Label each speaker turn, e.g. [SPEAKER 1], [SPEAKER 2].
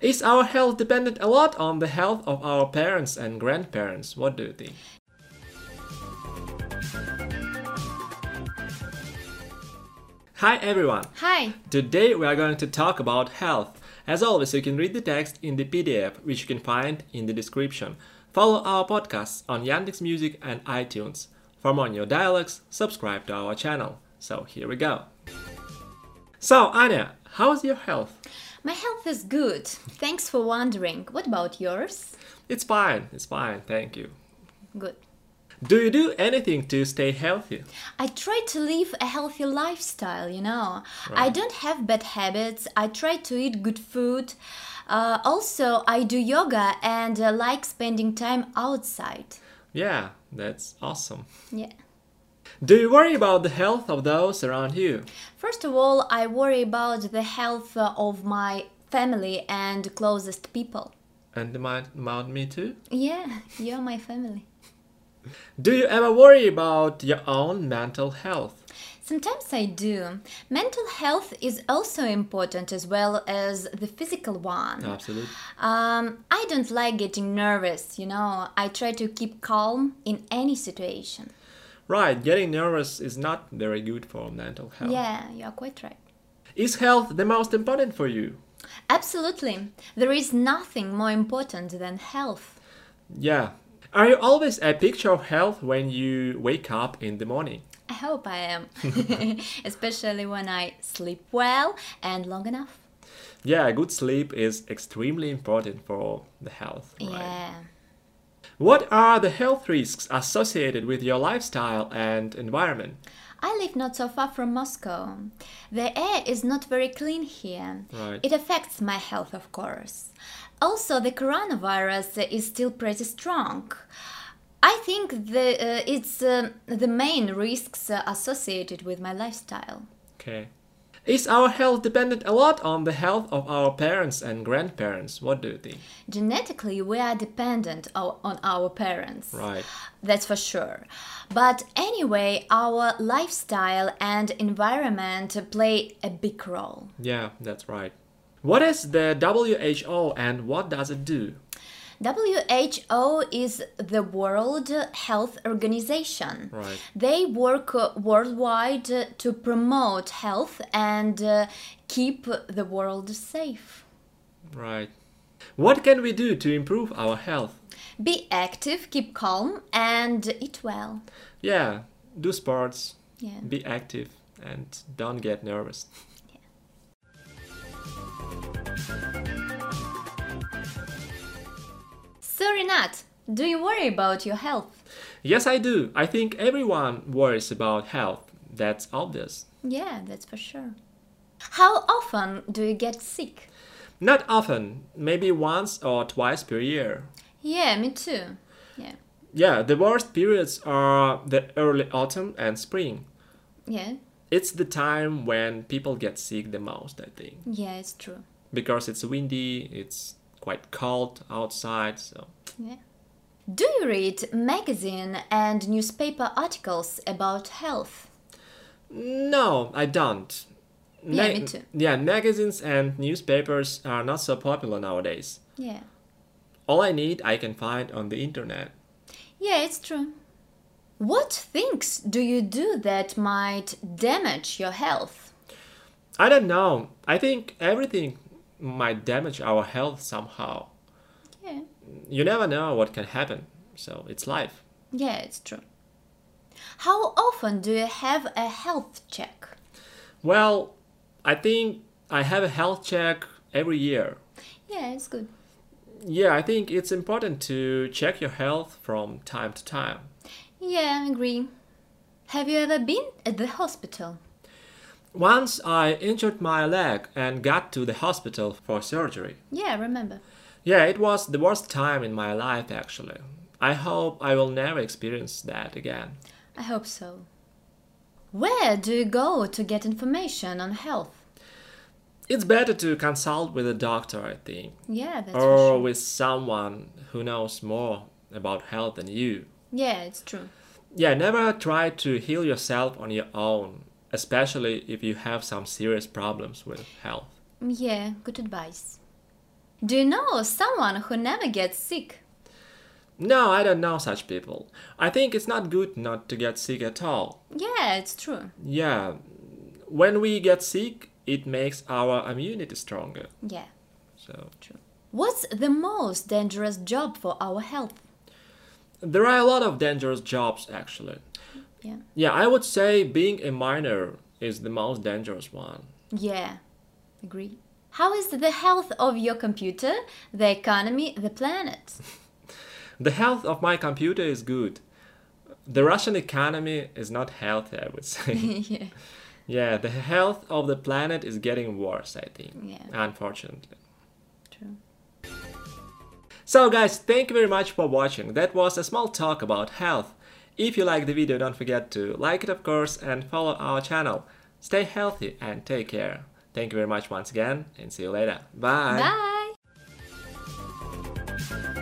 [SPEAKER 1] Is our health dependent a lot on the health of our parents and grandparents? What do you think? Hi everyone!
[SPEAKER 2] Hi.
[SPEAKER 1] Today we are going to talk about health. As always, you can read the text in the PDF, which you can find in the description. Follow our podcasts on Yandex Music and iTunes. For more new dialogues, subscribe to our channel. So here we go. So Anya, how's your health?
[SPEAKER 2] My health is good. Thanks for wondering. What about yours?
[SPEAKER 1] It's fine. It's fine. Thank you.
[SPEAKER 2] Good.
[SPEAKER 1] Do you do anything to stay healthy?
[SPEAKER 2] I try to live a healthy lifestyle, you know. I don't have bad habits. I try to eat good food. Uh, also, I do yoga and uh, like spending time outside.
[SPEAKER 1] Yeah, that's awesome.
[SPEAKER 2] Yeah.
[SPEAKER 1] Do you worry about the health of those around you?
[SPEAKER 2] First of all, I worry about the health uh, of my family and closest people.
[SPEAKER 1] And they might mound me too?
[SPEAKER 2] Yeah, you're my family.
[SPEAKER 1] Do you ever worry about your own mental health?
[SPEAKER 2] Sometimes I do. Mental health is also important as well as the physical one.
[SPEAKER 1] Absolutely.
[SPEAKER 2] Um, I don't like getting nervous, you know. I try to keep calm in any situation.
[SPEAKER 1] Right, getting nervous is not very good for mental health.
[SPEAKER 2] Yeah, you're quite right.
[SPEAKER 1] Is health the most important for you?
[SPEAKER 2] Absolutely. There is nothing more important than health.
[SPEAKER 1] Yeah. Are you always a picture of health when you wake up in the morning?
[SPEAKER 2] I hope I am. Especially when I sleep well and long enough.
[SPEAKER 1] Yeah, good sleep is extremely important for the health. Right?
[SPEAKER 2] Yeah.
[SPEAKER 1] What are the health risks associated with your lifestyle and environment?
[SPEAKER 2] I live not so far from Moscow. The air is not very clean here.
[SPEAKER 1] Right.
[SPEAKER 2] It affects my health, of course. Also, the coronavirus is still pretty strong. I think the, uh, it's um the main risks uh, associated with my lifestyle.
[SPEAKER 1] Okay. Is our health dependent a lot on the health of our parents and grandparents? What do you think?
[SPEAKER 2] Genetically, we are dependent o- on our parents.
[SPEAKER 1] Right.
[SPEAKER 2] That's for sure. But anyway, our lifestyle and environment play a big role.
[SPEAKER 1] Yeah, that's right. What is the WHO and what does it do?
[SPEAKER 2] WHO is the World Health Organization.
[SPEAKER 1] Right.
[SPEAKER 2] They work uh, worldwide uh, to promote health and uh, keep the world safe.
[SPEAKER 1] Right. What can we do to improve our health?
[SPEAKER 2] Be active, keep calm, and eat well.
[SPEAKER 1] Yeah, do sports,
[SPEAKER 2] Yeah.
[SPEAKER 1] be active, and don't get nervous.
[SPEAKER 2] So, Renat, do you worry about your health?
[SPEAKER 1] Yes, I do. I think everyone worries about health. That's obvious.
[SPEAKER 2] Yeah, that's for sure. How often do you get sick?
[SPEAKER 1] Not often, maybe once or twice per year.
[SPEAKER 2] Yeah, me too. Yeah.
[SPEAKER 1] Yeah, the worst periods are the early autumn and spring.
[SPEAKER 2] Yeah.
[SPEAKER 1] It's the time when people get sick the most, I think.
[SPEAKER 2] Yeah, it's true.
[SPEAKER 1] Because it's windy, it's quite cold outside, so.
[SPEAKER 2] Yeah. Do you read magazine and newspaper articles about health?
[SPEAKER 1] No, I don't.
[SPEAKER 2] Yeah, me too.
[SPEAKER 1] Yeah, magazines and newspapers are not so popular nowadays.
[SPEAKER 2] Yeah.
[SPEAKER 1] All I need, I can find on the internet.
[SPEAKER 2] Yeah, it's true. What things do you do that might damage your health?
[SPEAKER 1] I don't know. I think everything might damage our health somehow.
[SPEAKER 2] Yeah.
[SPEAKER 1] You never know what can happen, so it's life.
[SPEAKER 2] Yeah, it's true. How often do you have a health check?
[SPEAKER 1] Well, I think I have a health check every year.
[SPEAKER 2] Yeah, it's good.
[SPEAKER 1] Yeah, I think it's important to check your health from time to time.
[SPEAKER 2] Yeah, I agree. Have you ever been at the hospital?
[SPEAKER 1] Once I injured my leg and got to the hospital for surgery.
[SPEAKER 2] Yeah, I remember.
[SPEAKER 1] Yeah, it was the worst time in my life actually. I hope I will never experience that again.
[SPEAKER 2] I hope so. Where do you go to get information on health?
[SPEAKER 1] It's better to consult with a doctor, I think,
[SPEAKER 2] Yeah, that's for
[SPEAKER 1] or
[SPEAKER 2] sure.
[SPEAKER 1] with someone who knows more about health than you.
[SPEAKER 2] Yeah, it's true.
[SPEAKER 1] Yeah, never try to heal yourself on your own, especially if you have some serious problems with health.
[SPEAKER 2] Yeah, good advice. Do you know someone who never gets sick?
[SPEAKER 1] No, I don't know such people. I think it's not good not to get sick at all.
[SPEAKER 2] Yeah, it's true.
[SPEAKER 1] Yeah, when we get sick, it makes our immunity stronger.
[SPEAKER 2] Yeah.
[SPEAKER 1] So
[SPEAKER 2] What's the most dangerous job for our health?
[SPEAKER 1] there are a lot of dangerous jobs actually.
[SPEAKER 2] Yeah.
[SPEAKER 1] Yeah, I would say being a miner is the most dangerous one.
[SPEAKER 2] Yeah. Agree. How is the health of your computer, the economy, the planet?
[SPEAKER 1] The health of my computer is good. The Russian economy is not healthy, I would say.
[SPEAKER 2] yeah.
[SPEAKER 1] yeah, the health of the planet is getting worse, I think.
[SPEAKER 2] Yeah.
[SPEAKER 1] Unfortunately.
[SPEAKER 2] True.
[SPEAKER 1] So, guys, thank you very much for watching. That was a small talk about health. If you like the video, don't forget to like it, of course, and follow our channel. Stay healthy and take care. Thank you very much once again, and see you later. Bye.
[SPEAKER 2] Bye.